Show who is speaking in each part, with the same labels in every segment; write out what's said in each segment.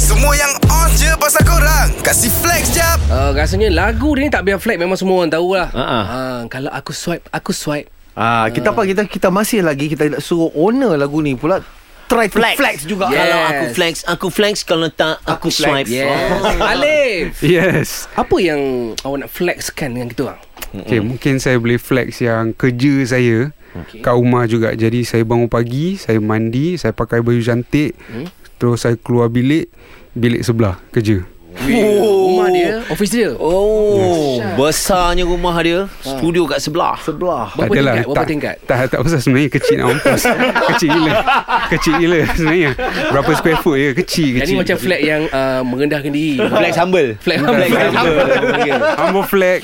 Speaker 1: Semua yang on je pasal korang Kasih flex jap
Speaker 2: Uh, rasanya lagu dia ni tak biar flag memang semua orang tahu lah.
Speaker 3: Ha-ha.
Speaker 2: Uh, kalau aku swipe, aku swipe.
Speaker 3: Ah, kita apa kita kita masih lagi kita nak suruh owner lagu ni pula try flex, to flex juga.
Speaker 2: Yes.
Speaker 4: Kalau aku flex Aku flex Kalau tak Aku, swipe
Speaker 2: Yes. Alif.
Speaker 5: Yes
Speaker 2: Apa yang awak nak flexkan dengan kita orang?
Speaker 5: Okay mm. mungkin saya boleh flex yang kerja saya okay. Kat rumah juga Jadi saya bangun pagi Saya mandi Saya pakai baju cantik
Speaker 2: Hmm.
Speaker 5: mm. Terus saya keluar bilik Bilik sebelah kerja
Speaker 2: Oh. Rumah dia, office dia. Oh.
Speaker 4: Oh Besarnya rumah dia Studio kat sebelah
Speaker 3: Sebelah.
Speaker 2: Berapa
Speaker 5: Tak adalah,
Speaker 2: tingkat? Berapa
Speaker 5: lah, tak,
Speaker 2: tingkat?
Speaker 5: Tak, tak pasal sebenarnya kecil nak mampus Kecil gila Kecil gila sebenarnya Berapa square foot je Kecil
Speaker 2: Yang
Speaker 5: kecil
Speaker 2: ni macam flag yang uh, merendahkan diri.
Speaker 4: Flex humble
Speaker 2: Flag
Speaker 4: Flex humble
Speaker 5: Ambo flex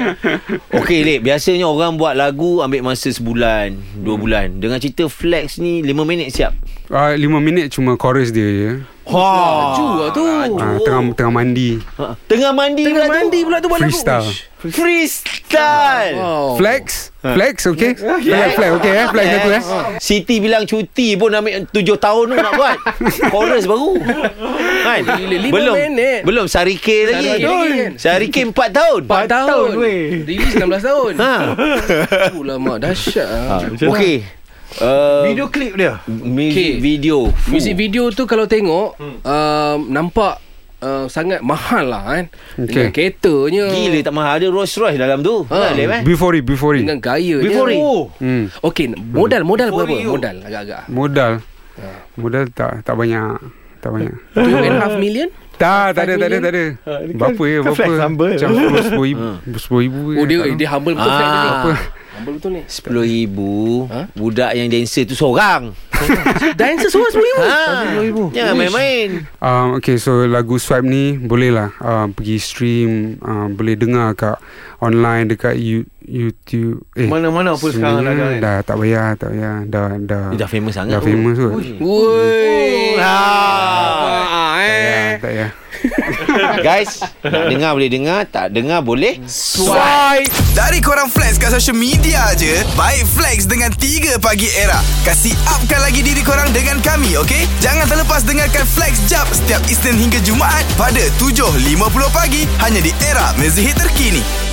Speaker 4: Okey Lip Biasanya orang buat lagu Ambil masa sebulan Dua bulan Dengan cerita flex ni Lima minit siap
Speaker 5: uh, Lima minit cuma chorus dia je
Speaker 4: Ha.
Speaker 2: Laju lah tu.
Speaker 5: uh, tengah, tengah mandi
Speaker 4: Ha. Tengah mandi
Speaker 2: Tengah
Speaker 4: pula tu.
Speaker 2: mandi pula Ha. tu buat lagu.
Speaker 5: Freestyle.
Speaker 2: Uish.
Speaker 4: Freestyle
Speaker 2: Wow.
Speaker 5: Oh. Flex
Speaker 2: Ah.
Speaker 5: Flex okay Flex flex okay eh Flex aku eh
Speaker 4: Ha.
Speaker 2: Oh.
Speaker 4: Siti bilang cuti pun ambil tujuh tahun tu nak buat. Chorus baru. Kan?
Speaker 2: Gila, lima
Speaker 4: belum.
Speaker 2: minit.
Speaker 4: Belum Sarike lagi.
Speaker 2: Sarike lagi kan?
Speaker 4: Sarike empat tahun.
Speaker 2: 4 tahun. Release 16 tahun.
Speaker 4: Ha.
Speaker 2: Itulah mak dahsyat. ah.
Speaker 4: Okey. Uh,
Speaker 3: Video klip dia.
Speaker 4: music
Speaker 2: Okey.
Speaker 4: video. Fuh. Hmm.
Speaker 2: Music video tu kalau tengok um, nampak uh, sangat mahal lah kan. Dengan
Speaker 5: Okay.
Speaker 2: keretanya.
Speaker 4: Gila tak mahal ada Rolls Royce dalam tu.
Speaker 2: Ha.
Speaker 4: Ha. Lem, eh?
Speaker 5: Before it Before it
Speaker 2: Dengan gayanya.
Speaker 4: Before it.
Speaker 3: Oh.
Speaker 5: hmm.
Speaker 2: Okey, modal modal
Speaker 3: Before
Speaker 2: berapa?
Speaker 3: you.
Speaker 2: Modal agak-agak.
Speaker 5: Modal
Speaker 3: Ya.
Speaker 5: Modal tak tak banyak Tak banyak
Speaker 2: 2.5 million?
Speaker 5: Tak, tak ada, tak ada, tak ada Berapa ya, berapa Macam 10 ribu
Speaker 3: Hmm.
Speaker 5: Sepuluh ribu
Speaker 2: Oh dia dia humble betul flag dia ni.
Speaker 4: Ah.
Speaker 2: Humble betul ni.
Speaker 4: RM10,000
Speaker 2: Ha?
Speaker 4: Budak yang dancer tu seorang
Speaker 2: Dancer seorang
Speaker 4: ha. Jangan
Speaker 2: Ha.
Speaker 4: main-main
Speaker 5: um, Okay, so lagu Swipe ni Boleh lah uh, Pergi stream uh, Boleh dengar kat Online dekat you, YouTube eh,
Speaker 3: Mana-mana pun sekarang
Speaker 5: sebenarnya
Speaker 3: ada kan?
Speaker 5: Dah tak payah, tak payah Dah, dah,
Speaker 4: Dia Dah famous sangat
Speaker 5: dah famous kot
Speaker 2: 10,000. Woi.
Speaker 4: Ah.
Speaker 2: Ah,
Speaker 5: Tak
Speaker 2: eh.
Speaker 5: payah, tak payah
Speaker 4: Guys Nak dengar boleh dengar Tak dengar boleh
Speaker 1: Swipe Dari korang flex kat social media je Baik flex dengan 3 pagi era Kasih upkan lagi diri korang dengan kami okay? Jangan terlepas dengarkan flex jap Setiap Isnin hingga Jumaat Pada 7.50 pagi Hanya di era mezihit terkini